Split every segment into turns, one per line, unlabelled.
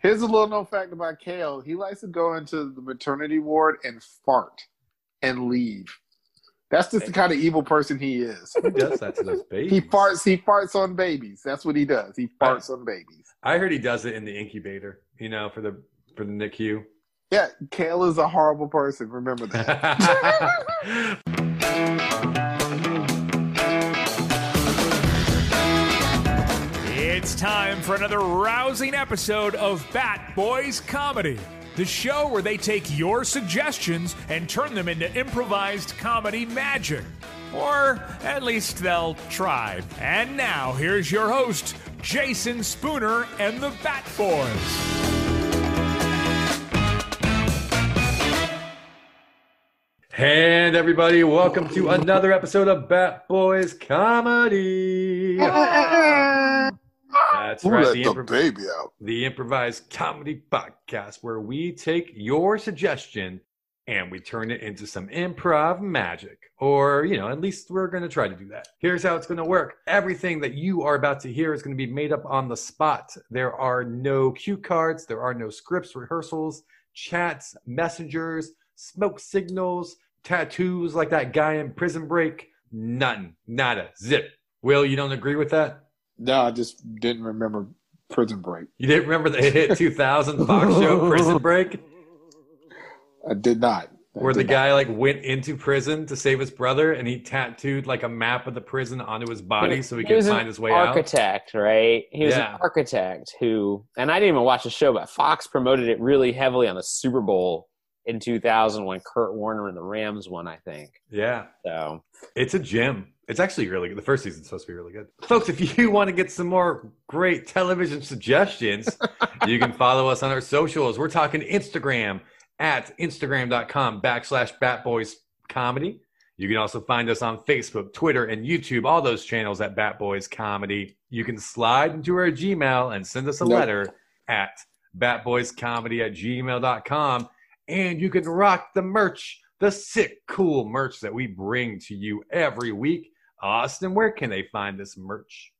Here's a little known fact about Kale. He likes to go into the maternity ward and fart and leave. That's just the kind of evil person he is.
Who does that to those babies?
He farts. He farts on babies. That's what he does. He farts on babies.
I heard he does it in the incubator. You know, for the for the NICU.
Yeah, Kale is a horrible person. Remember that.
It's time for another rousing episode of Bat Boys Comedy, the show where they take your suggestions and turn them into improvised comedy magic. Or at least they'll try. And now, here's your host, Jason Spooner and the Bat Boys.
and everybody, welcome to another episode of Bat Boys Comedy. That's
Who
right.
let
the
the
improv-
baby out?
the improvised comedy podcast where we take your suggestion and we turn it into some improv magic or you know at least we're going to try to do that here's how it's going to work everything that you are about to hear is going to be made up on the spot there are no cue cards there are no scripts rehearsals chats messengers smoke signals tattoos like that guy in prison break none nada zip will you don't agree with that
No, I just didn't remember Prison Break.
you didn't remember the hit 2000 Fox show Prison Break,
I did not. I
where the
did not.
guy like went into prison to save his brother, and he tattooed like a map of the prison onto his body so he could
was an
find his way out.
architect, right? He was
Yeah.
an architect who, and I didn't even watch the show, but Fox promoted it really heavily on the Super Bowl in 2000 when Kurt Warner and the Rams won, I think.
Yeah,
So
it's a gem. It's actually really good. The first season's supposed to be really good, folks. If you want to get some more great television suggestions, you can follow us on our socials. We're talking Instagram at instagram.com backslash batboys comedy. You can also find us on Facebook, Twitter, and YouTube, all those channels at Bat Boys Comedy. You can slide into our Gmail and send us a
Yep.
letter at batboyscomedy at gmail.com. And you can rock the merch, the sick, cool merch that we bring to you every week. Austin, where can they find this merch?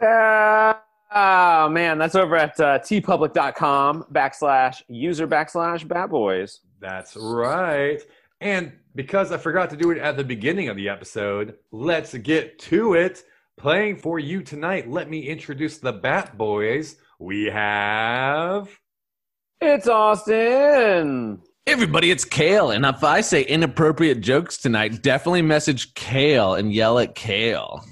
Uh, oh man, that's over at uh, tpublic.com backslash user backslash bat boys.
That's right. And because I forgot to do it at the beginning of the episode, let's get to it. Playing for you tonight, let me introduce the Bat Boys. We have.
It's Austin.
Everybody, it's Kale, and if I say inappropriate jokes tonight, definitely message Kale and yell at Kale.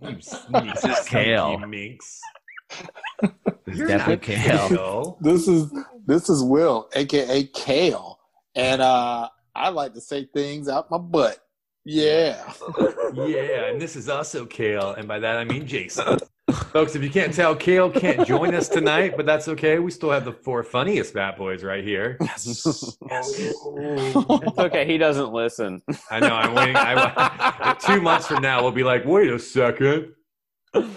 You sneaky,
Kale.
sneaky minx.
It's
You're
definitely
not
Kale.
This is this is Will, aka Kale, and uh, I like to say things out my butt. Yeah,
Yeah, and this is also Kale, and by that I mean Jason. Folks, if you can't tell, Kale can't join us tonight, but that's okay. We still have the four funniest Bat Boys right here.
It's okay, he doesn't listen.
I know. I'm waiting. I, two months from now, we'll be like, wait a second. All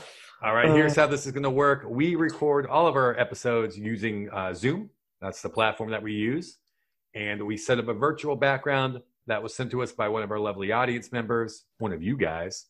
right. Here's how this is going to work. We record all of our episodes using uh, Zoom. That's the platform that we use, and we set up a virtual background that was sent to us by one of our lovely audience members, one of you guys,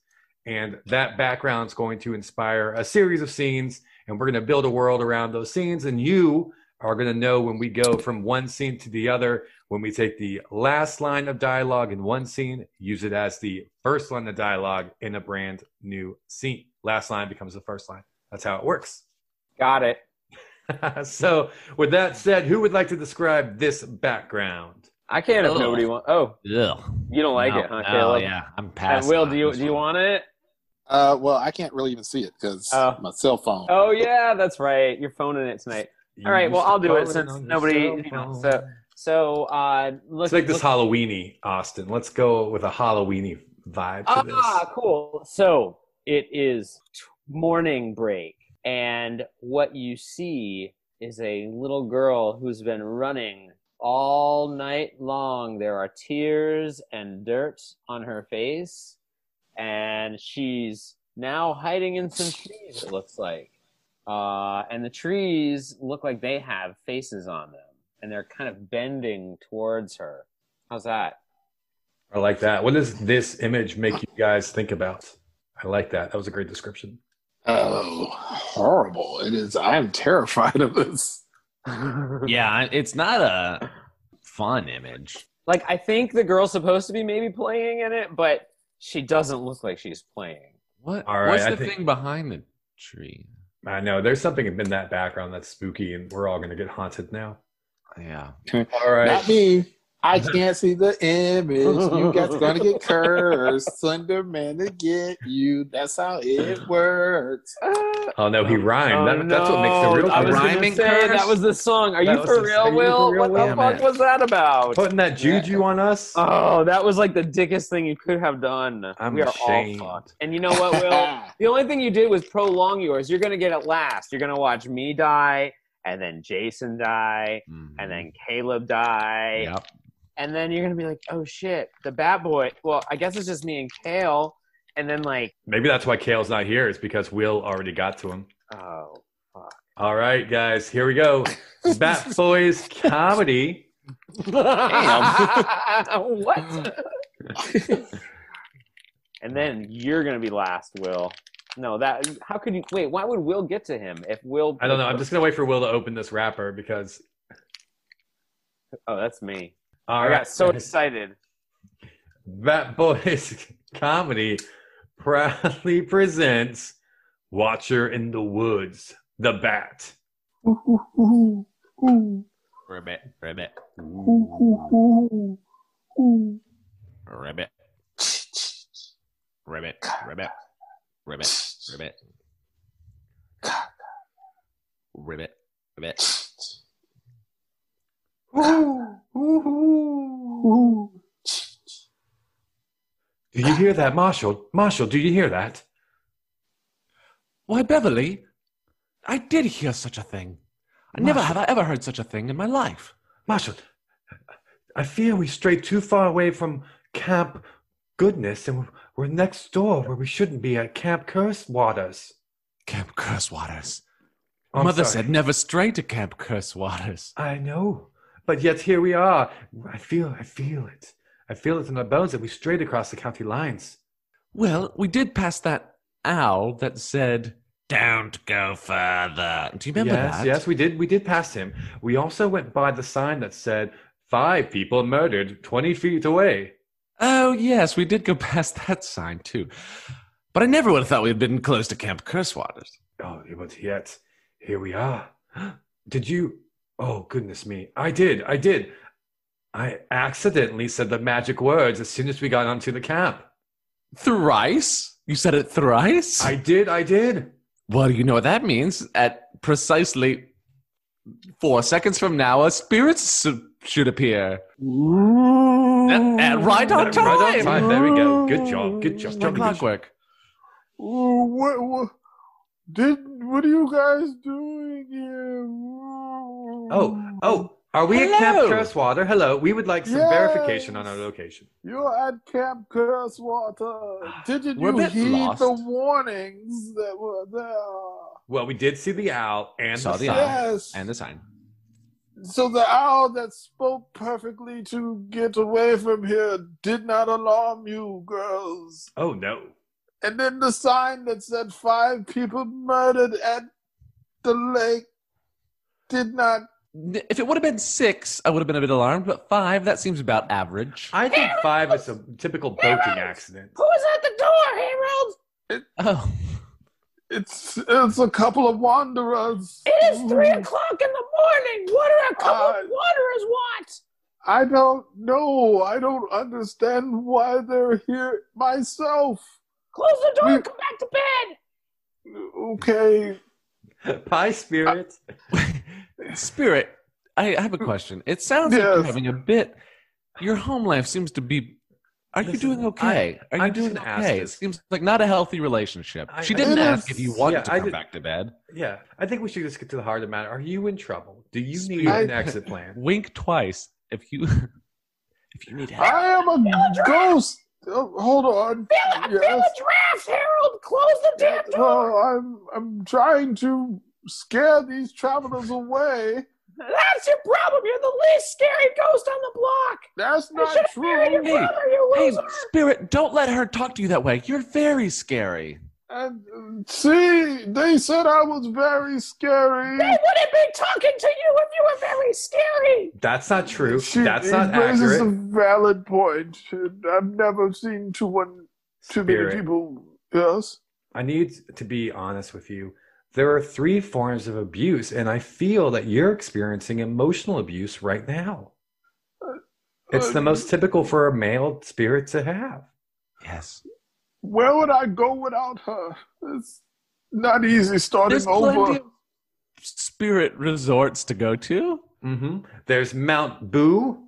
and that background's going to inspire a series of scenes, and we're going to build a world around those scenes, and you are going to know when we go from one scene to the other when we take the last line of dialogue in one scene, use it as the first line of dialogue in a brand new scene. Last line becomes the first line. That's how it works.
Got it.
so, with that said, who would like to describe this background?
I can't if
Oh.
nobody wants. Oh,
Ugh.
you don't like
No,
it, huh,
no,
Caleb?
yeah, I'm
And
passing.
Will,
on
do you
this
do you
one.
want it?
uh, well, I can't really even see it because
Oh.
my cell phone.
Oh yeah, that's right. You're phoning it tonight. All right,
You
well,
used to
I'll do
call
it since
on your
nobody-
cell
you know,
phone.
so- So uh, let's
Let's make this Halloweeny, Austin. Let's go with a Halloweeny vibe to
Ah, cool. So it is t- morning break, and what you see is a little girl who's been running all night long. There are tears and dirt on her face, and she's now hiding in some trees, it looks like. Uh, and the trees look like they have faces on them, and they're kind of bending towards her. How's that?
this. I like that. What does this image make you guys think about? I like that. That was a great description.
Oh, horrible! It is. I am terrified of this.
yeah, I- it's not a fun image.
Like I think the girl's supposed to be maybe playing in it, but she doesn't look like she's playing.
What?
All right,
what's
I
the
think-
thing behind the tree?
I know there's something in that background that's spooky, and we're all gonna get haunted now.
Yeah.
All right,
Not me. I can't see the image. You guys gonna get cursed. Slender man to get you. That's how it works.
oh no, he rhymed.
Uh, Oh,
that, That's what makes the
no.
real
I
I was
curse.
gonna
rhyming
say,
curse?
That was the song. Are
That
you
was
for
the-
real,
are you for
Will?
real,
What the
Will?
fuck
Damn it.
was that about?
putting that juju on us.
Oh, that was like the dickest thing you could have done.
I'm
we are
ashamed.
all fucked. And you know what, Will? the only thing you did was prolong yours. You're gonna get it last. You're gonna watch me die, and then Jason die,
mm-hmm.
and then Caleb die,
Yep.
and then you're gonna be like, oh shit, the Bat Boy. Well, I guess it's just me and Kale, and then like,
Maybe that's why Kale's not here. Is because Will already got to him.
oh,
All right, guys, here we go. Bat Boys comedy.
what? and then you're gonna be last, Will. No, that. How could you wait? Why would Will get to him if Will?
I don't know. I'm just gonna wait for Will to open this wrapper because.
Oh, that's me.
All
I
right,
got so excited.
Bat Boys comedy proudly presents Watcher in the Woods, the Bat.
Ribbit, ribbit, ribbit, ribbit, ribbit, ribbit, ribbit, ribbit, ribbit.
Do you hear that, Marshall? Marshall, do you hear that?
Why, Beverly, I did hear such a thing. I never have I ever heard such a thing in my life.
Marshall, I fear we strayed too far away from Camp Goodness and we're- we're next door where we shouldn't be at Camp Curse Waters. Oh,
Camp Cursewaters.
I'm
Mother
sorry.
said never stray to Camp Cursewaters.
I know, but yet here we are. I feel, I feel it. I feel it in my bones that we strayed across the county lines.
Well, we did pass that owl that said, "Don't go further." Do you remember
yes,
that?
yes, we did. We did pass him. We also went by the sign that said five people murdered twenty feet away.
Oh, yes, we did go past that sign too. But I never would have thought we had been close to Camp Cursewaters.
Oh, but yet here we are. Did you? Oh goodness me! I did. I did. I accidentally said the magic words as soon as we got onto the camp.
Thrice? You said it thrice?
I did. I did.
Well, you know what that means. At precisely four seconds from now, a spirit su- should appear. And, and right on
Right
time. Oh,
on time. There we go. Good job. Good job.
Like clockwork.
Ooh, what, what, did, what are you guys doing here? Ooh.
Oh, oh, are we at Camp
Hello.
Crestwater? Hello. We would like some
Yes.
verification on our location.
You're at Camp Cursewater. Didn't
We're a
you
bit
heed
lost.
the warnings that were there?
Well, we did see the owl and
Saw
the,
the
sign.
owl.
Yes.
And the sign.
So the owl that spoke perfectly to get away from here did not alarm you, girls.
Oh no.
And then the sign that said five people murdered at the lake did not.
N- If it would have been six, I would have been a bit alarmed, but five, that seems about average.
I think five is a typical boating accident.
Who's at the door, Harold?
Oh.
It's it's a couple of wanderers.
It is three o'clock in the morning. What are a couple
Uh,
of waterers want?
I don't know. I don't understand why they're here myself.
Close the door
we-
and come back to bed.
Okay.
Pie spirit.
Spirit, I I have a question. It sounds like you're
Yes.
having a bit. Your home life seems to be. Are you
Listen,
doing okay?
I-
are you
I'm just
doing
gonna ask
okay? It
this.
seems like not a healthy relationship.
I-
she
I
didn't
did
ask
ask-
if you wanted
yeah,
to
I
come
did-
back to bed.
yeah. I think we should just get to the heart of the matter. Are you in trouble? Do you need
Spirit.
an exit plan?
Wink twice if you if you need help.
I am a ghost. Oh, hold on.
Feel, I feel a
Yes.
draft, Harold. Close the damn door.
Well, I'm I'm trying to scare these travelers away.
That's your problem. You're the least scary ghost on the block.
That's
You
not
should have married your
true.
brother, you
Hey,
loser.
spirit, don't let her talk to you that way. You're very scary.
And uh, see, they said I was very
They
scary.
wouldn't be talking to you if you very scary.
That's not true.
She-
That's
it
not
raises
accurate.
a valid point. I've never seen too one too
Spirit.
many people. Yes.
I need to be honest with you. There are three forms of abuse, and I feel that you're experiencing emotional abuse right now. It's the most typical for a male spirit to have.
Yes.
Where would I go without her? It's not easy starting
There's
over.
plenty of spirit resorts to go to.
hmm There's Mount Boo.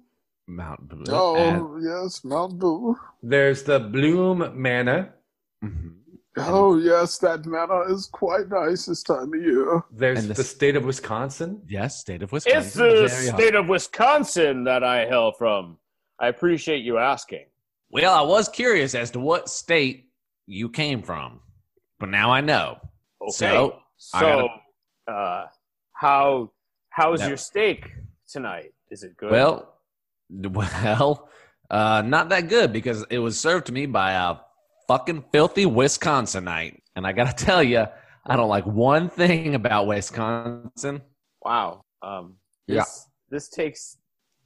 Mount Blue.
oh yes, Mount Boo.
There's the Bloom Manor.
and-
Oh yes, that manor is quite nice this time of year.
There's
And
the,
the-
state of Wisconsin.
Yes, state of Wisconsin.
It's the
Very hot.
state of Wisconsin that I hail from. I appreciate you asking.
Well, I was curious as to what state you came from, but now I know.
Okay.
So, I
So, uh, how how's
No.
your steak tonight? Is it good?
well, well, uh, not that good because it was served to me by a fucking filthy Wisconsinite, and I gotta tell you, I don't like one thing about Wisconsin.
wow. Um,
Yeah.
this, This takes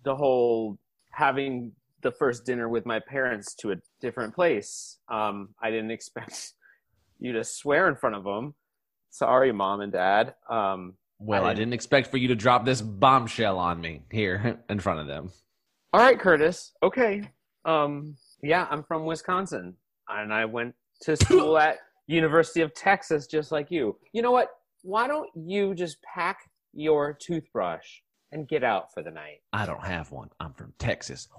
the whole having the first dinner with my parents to a different place. Um, I didn't expect you to swear in front of them. Sorry, mom and dad. Um,
Well,
I
I
didn't-
didn't expect for you to drop this bombshell on me here in front of them.
All right, Curtis. Okay. Um, yeah, I'm from Wisconsin, and I went to school at University of Texas, just like you. You know what? Why don't you just pack your toothbrush and get out for the night?
I don't have one. I'm from Texas.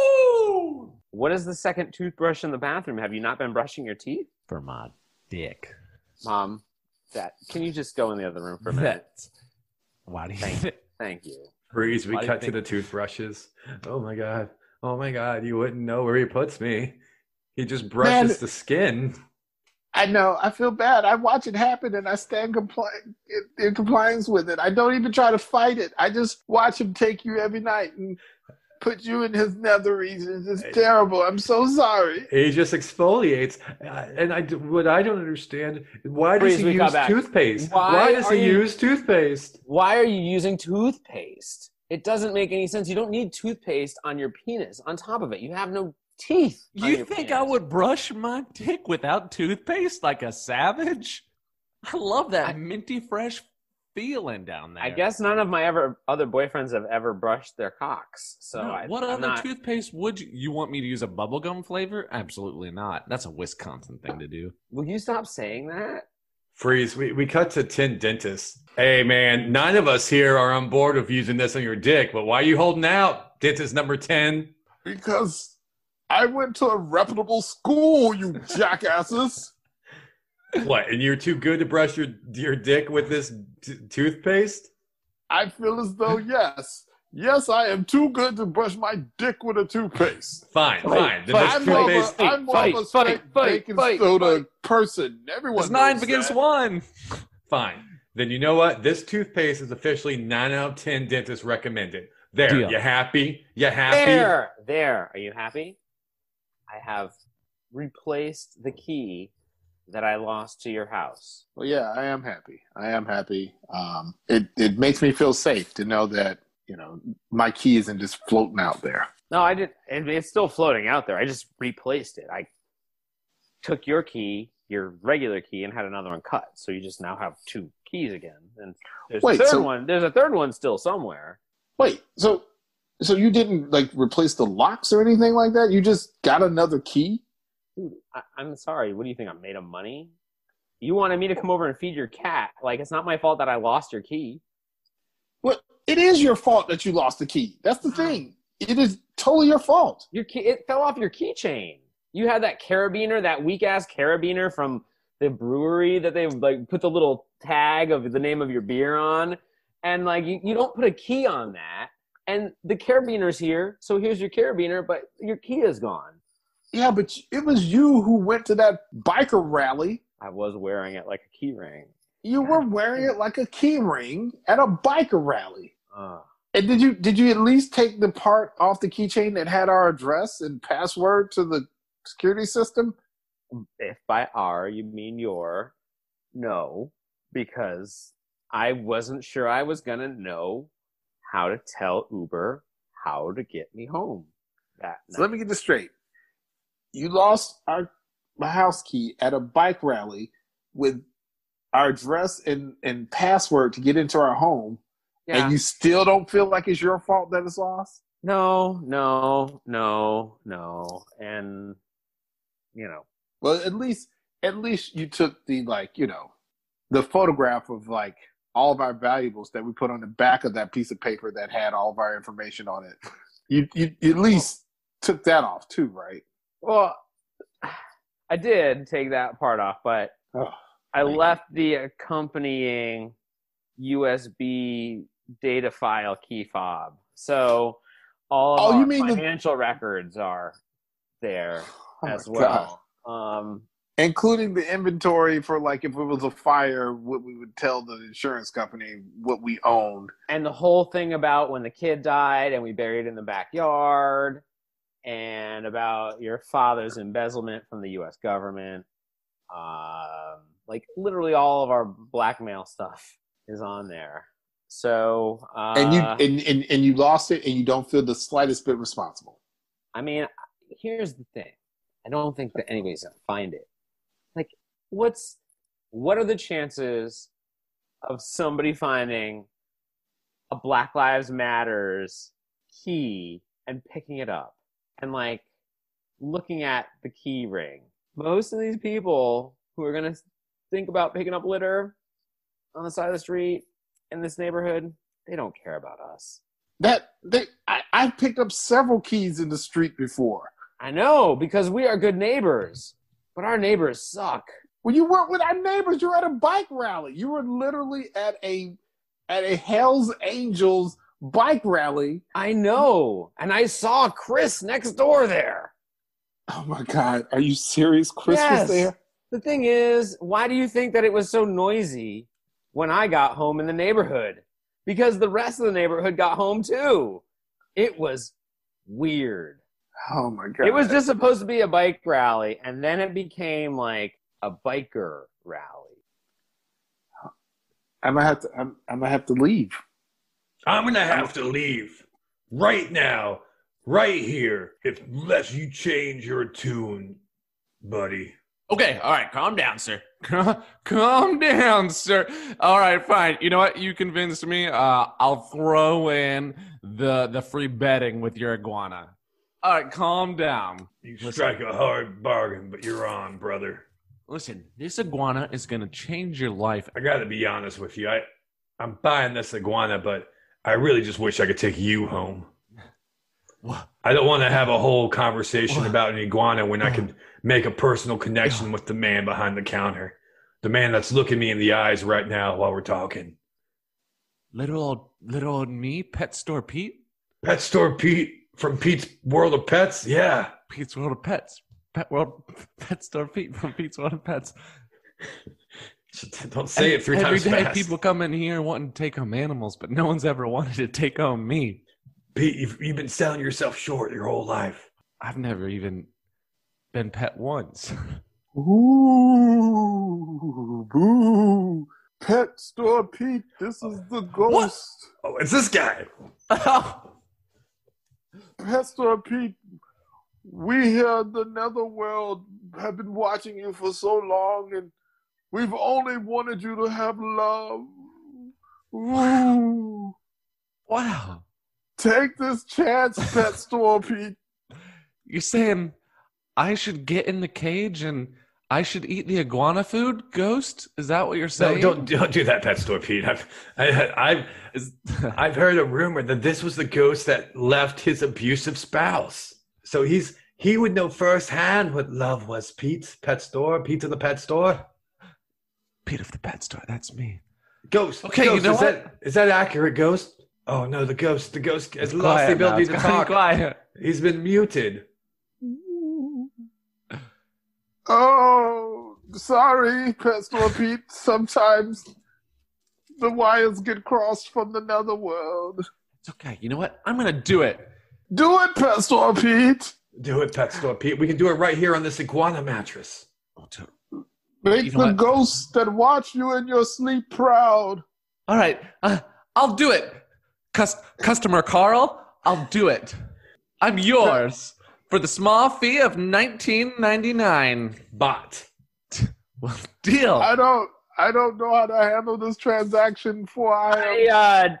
Woo!
What is the second toothbrush in the bathroom? Have you not been brushing your teeth,
For my dick.
Mom? That can you just go in the other room for a minute?
That. Why do you
Thank
think?
Thank you.
Freeze, we
Why do you
cut to
think-
the toothbrushes. Oh my god. Oh my god, you wouldn't know where he puts me. He just brushes
Man.
the skin.
I know. I feel bad. I watch it happen and I stand compli- in, in compliance with it. I don't even try to fight it. I just watch him take you every night and put you in his nether regions. It's terrible. I'm so sorry.
He just exfoliates. Uh, And I, do- what I don't understand, why does
Freeze,
he
we got
use
back.
toothpaste?
Why
does
are
he
you-
use toothpaste?
Why are you using toothpaste? It doesn't make any sense. You don't need toothpaste on your penis. On top of it, you have no teeth. on
You
your
think
penis.
I would brush my dick without toothpaste like a savage? I love that
I-
minty fresh feeling down there.
I guess none of my ever other boyfriends have ever brushed their cocks. So
No,
I,
what
I'm
other
not-
toothpaste would you, you want me to use a bubblegum flavor? Absolutely not. That's a Wisconsin thing to do.
Will you stop saying that?
Freeze, we, we cut to Tin Dentist. Hey man, nine of us here are on board with using this on your dick, but why are you holding out? Dentist number 10.
Because I went to a reputable school, you jackasses.
What, and you're too good to brush your, your dick with this t- toothpaste?
I feel as though, yes. Yes, I am too good to brush my dick with a toothpaste.
Fine, fine.
Fight,
Then
fight,
this
I'm more,
toothpaste.
of a, I'm more of a
Fight, fight,
straight
fight,
baking
fight,
soda person. Everyone
It's nine
knows
against
that.
one.
Fine. Then you know what? This toothpaste is officially nine out of ten dentists recommended. There.
Deal.
You happy? You happy?
There, there. Are you happy? I have replaced the key that I lost to your house.
Well, yeah, I am happy. I am happy. Um, it it makes me feel safe to know that you know my key isn't just floating out there.
No, I didn't. And it's still floating out there. I just replaced it. I took your key, your regular key, and had another one cut. So you just now have two keys again. And there's
Wait,
a third
so-
one. There's a third one still somewhere.
Wait, so so you didn't like replace the locks or anything like that? You just got another key?
dude, I, I'm sorry. What do you think? I'm made of money? You wanted me to come over and feed your cat. Like, it's not my fault that I lost your key.
Well, it is your fault that you lost the key. That's the thing. It is totally your fault.
Your key, it fell off your keychain. You had that carabiner, that weak ass carabiner from the brewery that they like put the little tag of the name of your beer on, and like you, you don't put a key on that. And the carabiner's here, so here's your carabiner, but your key is gone.
Yeah, but it was you who went to that biker rally.
I was wearing it like a key ring.
You were wearing it like a key ring at a biker rally.
Uh,
And did you did you at least take the part off the keychain that had our address and password to the security system?
if by our you mean your no because i wasn't sure i was gonna know how to tell Uber how to get me home. That
So let me get this straight. You lost our my house key at a bike rally with our address and, and password to get into our home,
night. Yeah.
and you still don't feel like it's your fault that it's lost?
no, no, no, no, and you know,
Well, at least at least you took the like, you know, the photograph of like all of our valuables that we put on the back of that piece of paper that had all of our information on it. You you, you at least took that off too, right?
well, I did take that part off, but
Oh,
I
Thank you.
left the accompanying USB data file key fob. So all
Oh,
of
you
our
mean the- Oh
financial records are there
my
as
God.
well. Um,
including the inventory for like if it was a fire what we would tell the insurance company what we owned
and the whole thing about when the kid died and we buried in the backyard and about your father's embezzlement from the US government. Um, like literally all of our blackmail stuff is on there. So uh,
and you and, and and you lost it and you don't feel the slightest bit responsible
I mean, here's the thing. I don't think that anybody's gonna find it. Like, what's what are the chances of somebody finding a Black Lives Matters key and picking it up and like looking at the key ring? Most of these people who are gonna think about picking up litter on the side of the street in this neighborhood, they don't care about us.
that they I, I picked up several keys in the street before
I know because we are good neighbors, but our neighbors suck.
when you weren't with our neighbors you were at a bike rally you were literally at a at a hell's angels bike rally
I know, and I saw Chris next door there.
oh my god are you serious chris
Yes.
was there
The thing is, why do you think that it was so noisy when I got home in the neighborhood? Because the rest of the neighborhood got home too. It was weird.
oh my god
It was just supposed to be a bike rally, and then it became like a biker rally.
i'm gonna have to i'm, I'm gonna have to leave
I'm gonna have to leave right now, right here, if unless you change your tune, buddy.
Okay, all right, calm down, sir. calm down, sir. All right, fine. You know what? You convinced me. Uh, I'll throw in the the free betting with your iguana. All right, calm down.
You
Listen.
strike a hard bargain, but you're on, brother.
Listen, this iguana is gonna change your life.
I gotta be honest with you. I I'm buying this iguana, but I really just wish I could take you home.
What?
I don't want to have a whole conversation
What?
about an iguana when I can make a personal connection with the man behind the counter, the man that's looking me in the eyes right now while we're talking.
Little old, little old me, pet store Pete,
Pet store Pete from Pete's World of Pets. Yeah.
Pete's World of Pets, Pet World, Pet Store Pete from Pete's World of Pets.
Don't say it three
Every
times
day
fast.
people come in here wanting to take home animals, but no one's ever wanted to take home me.
Pete, you've, you've been selling yourself short your whole life.
I've never even been pet once.
Ooh, boo. Pet Store Pete, this is the ghost.
Oh, it's this guy.
Pet Store Pete, we here in the netherworld have been watching you for so long and we've only wanted you to have love. Ooh.
wow.
Take this chance, Pet Store Pete.
You're saying I should get in the cage and I should eat the iguana food, ghost? Is that what you're
No,
saying?
don't don't do that, pet store Pete. I've I, I've
Is-
I've heard a rumor that this was the ghost that left his abusive spouse. So he's he would know firsthand what love was. Pete, pet store, Pete of the pet store.
Pete of the pet store, that's me.
Ghost.
Okay, you
ghost,
know
is
what?
that is that accurate, ghost? Oh no, the ghost. The ghost has
It's
lost the
quiet now,
ability
it's
to
gotten
talk.
Quiet.
He's been muted.
Oh, sorry, Pet Store Pete. Sometimes the wires get crossed from the netherworld.
It's okay. You know what? I'm gonna do it.
Do it, Pastor Pete.
Do it, pet store Pete. We can do it right here on this iguana mattress.
I'll do it.
Make
You
the
know what?
ghosts that watch you in your sleep proud.
All right, uh, I'll do it. Cus- customer Carl, I'll do it. I'm yours for the small fee of 19.99.
Bot.
Well, deal.
I don't. I don't know how to handle this transaction. For I
I,
am.
uh,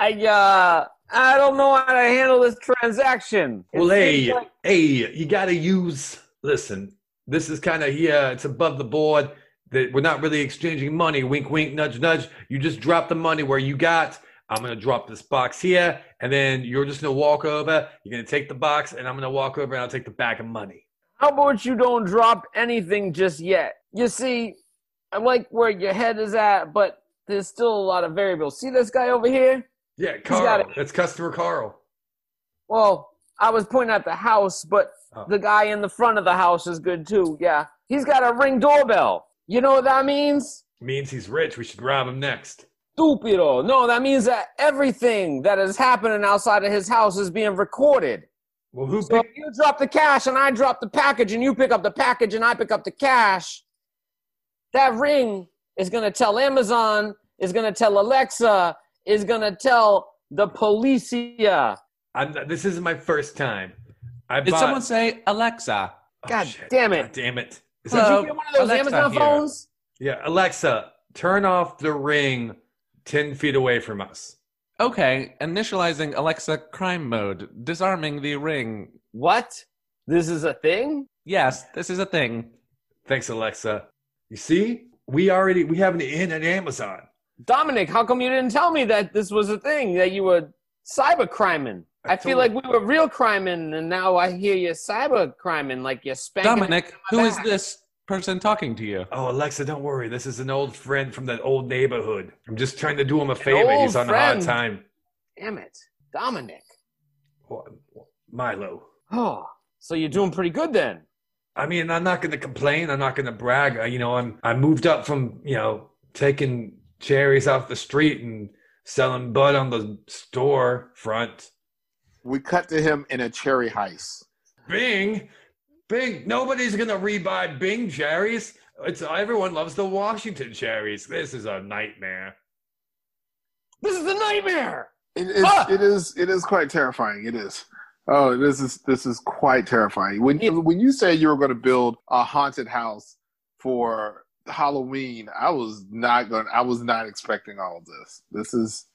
I, uh, I don't know how to handle this transaction. It
Well,
seems
hey,
like-
hey, you gotta use. Listen, this is kind of yeah, it's above the board. That we're not really exchanging money. Wink, wink, nudge, nudge. You just drop the money where you got. I'm gonna drop this box here, and then you're just gonna walk over. You're gonna take the box, and I'm gonna walk over, and I'll take the bag of money.
how about you don't drop anything just yet? You see, I like where your head is at, but there's still a lot of variables. See this guy over here?
Yeah,
got
Carl. That's customer Carl.
Well, I was pointing at the house, but
Oh.
the guy in the front of the house is good too. Yeah, he's got a ring doorbell. You know what that means?
Means he's rich. We should rob him next.
Stupido. No, that means that everything that is happening outside of his house is being recorded.
Well, who
So if
picked?
you drop the cash and I drop the package and you pick up the package and I pick up the cash, that ring is going to tell Amazon, is going to tell Alexa, is going to tell the policia.
I'm not, this isn't my first time. I
Did
bought,
someone say Alexa?
Oh,
God
shit.
damn it.
God damn it! Is
Did
that-
Hello,
you get one of those
Alexa
Amazon
here.
phones?
Yeah, Alexa, turn off the ring 10 feet away from us.
Okay, initializing Alexa crime mode, disarming the ring.
What? This is a thing?
Yes, this is a thing.
Thanks, Alexa. You see, we already we have an in at Amazon.
Dominic, how come you didn't tell me that this was a thing that you were cybercriming?
I
I, feel
told-
like we were real criming, and now I hear you're cybercriming, like you're spanking.
Dominic, who
my
is
back.
this person talking to you?
Oh, Alexa, don't worry. This is an old friend from that old neighborhood. I'm just trying to do him a favor.
old
He's on a hard
friend?
time.
Damn it, Dominic.
Milo.
Oh, so you're doing pretty good then.
I mean, I'm not going to complain. I'm not going to brag. I, you know, I'm I moved up from you know taking cherries off the street and selling bud on the store front.
We cut to him in a cherry heist.
Bing, Bing. Nobody's gonna rebuy Bing cherries. It's everyone loves the Washington cherries. This is a nightmare.
This is a nightmare.
It is.
Ah!
It is. It is quite terrifying. It is. Oh, this is this is quite terrifying. When
It-
when you say you were going to build a haunted house for Halloween, I was not going. I was not expecting all of this. This is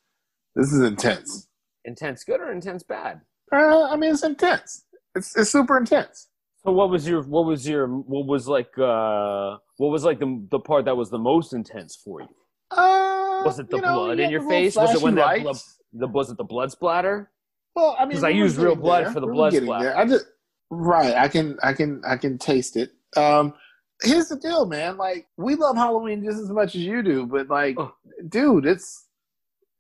this is intense.
Intense good or intense bad?
Uh, I mean, it's intense. It's it's super intense.
So what was your what was your what was like uh what was like the the part that was the most intense for you?
Uh,
Was it the
you know,
blood
you
in
had
your
the little
face? Was it when
flashy
that blood,
lights.
the was it the blood splatter?
Well, I mean,
'Cause I
we were
use real
getting
blood
there.
for the
We were
blood
getting
splatter.
there. I just right. I can, I can, I can taste it. Um, here's the deal, man. Like we love Halloween just as much as you do, but like,
Oh.
dude, it's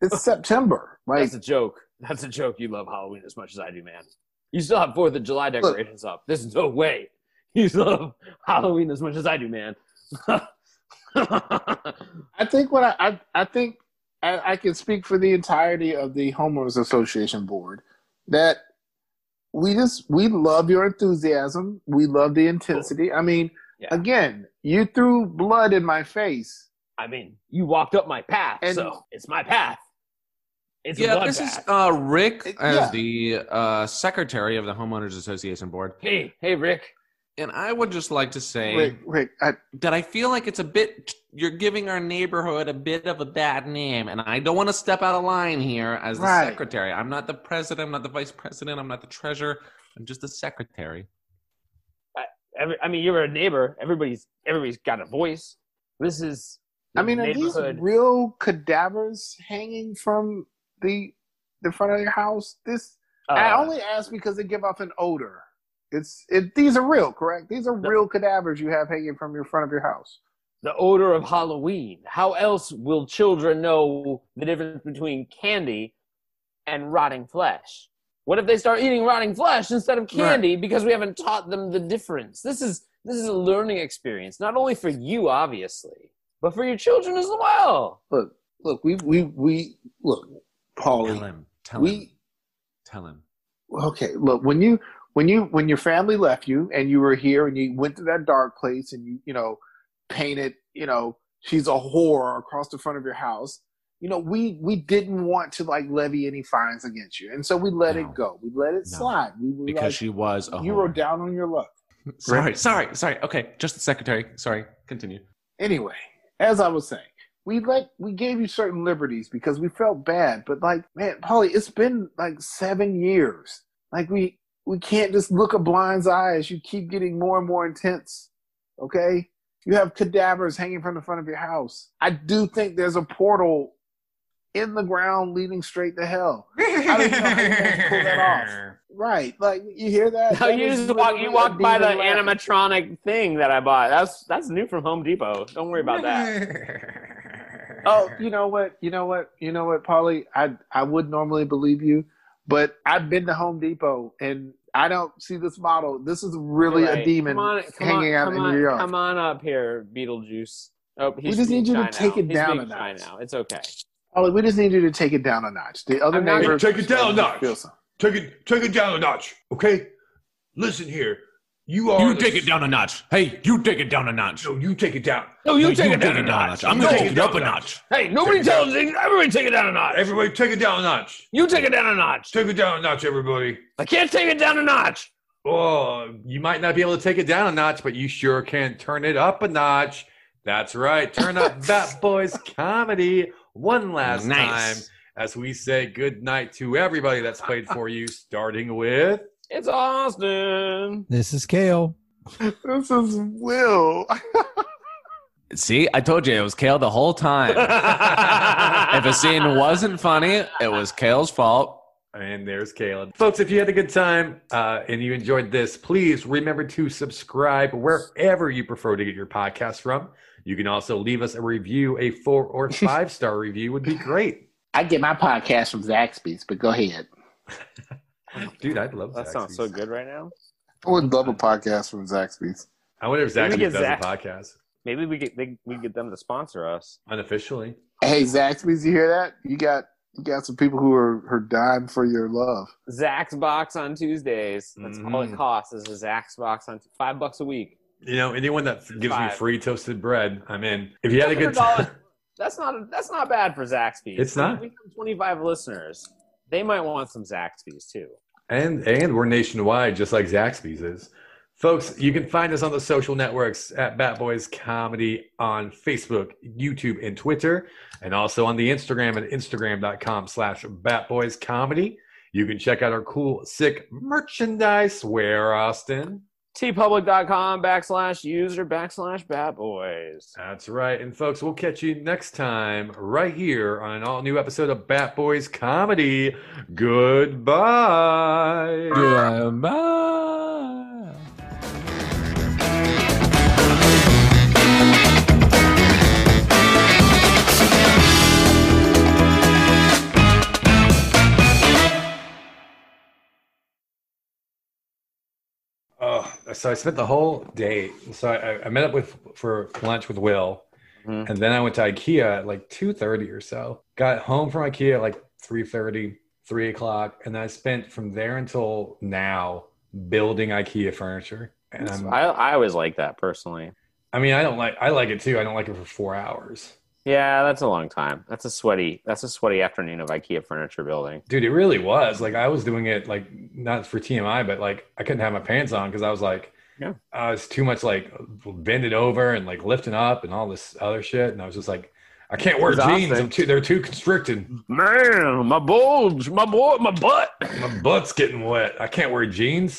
it's September. Like,
That's a joke. That's a joke. You love Halloween as much as I do, man. You still have Fourth of July decorations up. There's no way you love Halloween as much as I do, man.
I think what I, I, I think I, I can speak for the entirety of the homeowners association board that we just we love your enthusiasm. We love the intensity. I mean,
Yeah.
again, you threw blood in my face.
I mean, you walked up my path,
And-
so it's my path. It's
yeah,
a
this is
bloodbath.
uh, Rick
Uh,
as
yeah.
the uh, secretary of the homeowners association board,
hey, hey, Rick.
and I would just like to say
Rick, Rick, I,
that I feel like it's a bit you're giving our neighborhood a bit of a bad name, and I don't want to step out of line here as the
Right.
secretary. I'm not the president, I'm not the vice president, I'm not the treasurer. I'm just the secretary.
Every, I mean, you're a neighbor. Everybody's everybody's got a voice. This is.
I mean, are these
neighborhood.
real cadavers hanging from the the front of your house? This I
uh,
only ask because they give off an odor. It's it. These are real, correct? These are
No.
real cadavers you have hanging from your front of your house.
the odor of Halloween. How else will children know the difference between candy and rotting flesh? What if they start eating rotting flesh instead of candy because we haven't taught them the difference? This is this is a learning experience, not only for you obviously, but for your children as well.
Look, look, we we we look,
Tell
Paulie.
him, tell him,
We
tell him.
okay. Look, when you when you when your family left you and you were here and you went to that dark place and you you know painted you know she's a whore across the front of your house you know, we we didn't want to like levy any fines against you, and so we let
No.
it go. We let it
No.
slide. We were
because
like,
she was a
you
whore.
were down on your luck.
Sorry, sorry, sorry. Okay, just the secretary. Sorry, continue.
Anyway, as I was saying, we let we gave you certain liberties because we felt bad, but like, man, Polly, it's been like seven years. Like we we can't just look a blind's eye as you keep getting more and more intense. Okay? You have cadavers hanging from the front of your house. I do think there's a portal in the ground leading straight to hell. How do you know how you guys pull that Right. Like you hear that?
No,
That
you
was
just walk.
literally
You
a
walked by the
demon laughing.
animatronic thing that I bought. That's that's new from Home Depot. Don't worry about that.
Oh, you know what? You know what? You know what, Polly? I I would normally believe you, but I've been to Home Depot and I don't see this model. This is really
Right.
a demon
Come on, come
hanging
on,
out
come
in
on,
your yard.
Come on up here, Beetlejuice. Oh, he's
just
being
need you to
shy
take
now.
it
He's
down
being
a
shy
notch.
now. It's okay.
Polly, we just need you to take it down a notch. The other
I'm not-
neighbors
Take it down a notch.
Feel something.
Take it, take it down a notch, okay? Listen here, you are.
You
the-
take it down a notch. Hey, you take it down a notch.
No, you take it down.
No,
you take it down a notch.
I'm
No,
gonna take
you
it up
don't.
a notch.
Hey, nobody
Take it down.
tells everybody take it down a notch.
Everybody, take it down a notch.
You take it down a notch.
Take it down a notch, everybody.
I can't take it down a notch.
Oh, you might not be able to take it down a notch, but you sure can turn it up a notch. That's right. Turn up Bat Boys comedy one last
Nice.
time as we say good night to everybody that's played for you, starting with.
It's Austin.
This is Kale.
This is Will.
See, I told you it was Kale the whole time. if a scene wasn't funny, it was Kale's fault.
And there's Caleb. Folks, if you had a good time uh, and you enjoyed this, please remember to subscribe wherever you prefer to get your podcast from. You can also leave us a review. A four or five star review would be great.
I get my podcast from Zaxby's, but go ahead.
Dude, I'd love
That sounds
Zaxby's.
so good right now.
I would love a podcast from Zaxby's.
I wonder if
Maybe
Zaxby's
we get
does a
Zax-
podcast
Maybe we get they, we get them to sponsor us.
unofficially.
Hey Zaxby's, you hear that? You got you got some people who are, are dying for your love.
Zach's box on Tuesdays. That's all it
Mhm.
costs is a Zach's box on five bucks a week.
You know, anyone that gives me
Five.
free toasted bread, I'm in. If you had a good
$100.
time,
That's not that's not bad for Zaxby's.
It's not.
We have 25 listeners. They might want some Zaxby's too.
And and we're nationwide, just like Zaxby's is. Folks, you can find us on the social networks at Bat Boys Comedy on Facebook, YouTube, and Twitter, and also on the Instagram at Instagram.com slash Bat Boys Comedy. You can check out our cool, sick merchandise. Where, Austin?
tpublic.com backslash user backslash bat boys.
That's right. And folks, we'll catch you next time right here on an all new episode of Bat Boys Comedy. Goodbye.
Goodbye.
Oh, so I spent the whole day. So I, I met up with for lunch with Will,
Mhm.
and then I went to IKEA at like two thirty or so. Got home from IKEA at like 3.30, 3 o'clock, and I spent from there until now building IKEA furniture. And I'm, I,
I, I always like that personally.
mean, I don't like I like it too. I don't like it for four hours,
Yeah, that's a long time. That's a sweaty that's a sweaty afternoon of IKEA furniture building.
dude. It really was like I was doing it like not for TMI, but like I couldn't have my pants on because I was like.
Yeah.
I was too much like bending over and like lifting up and all this other shit, and I was just like, I can't wear jeans.
Exhausting.
I'm too, they're too constricted.
Man, my bulge, my boy, my butt.
My butt's getting wet. I can't wear jeans.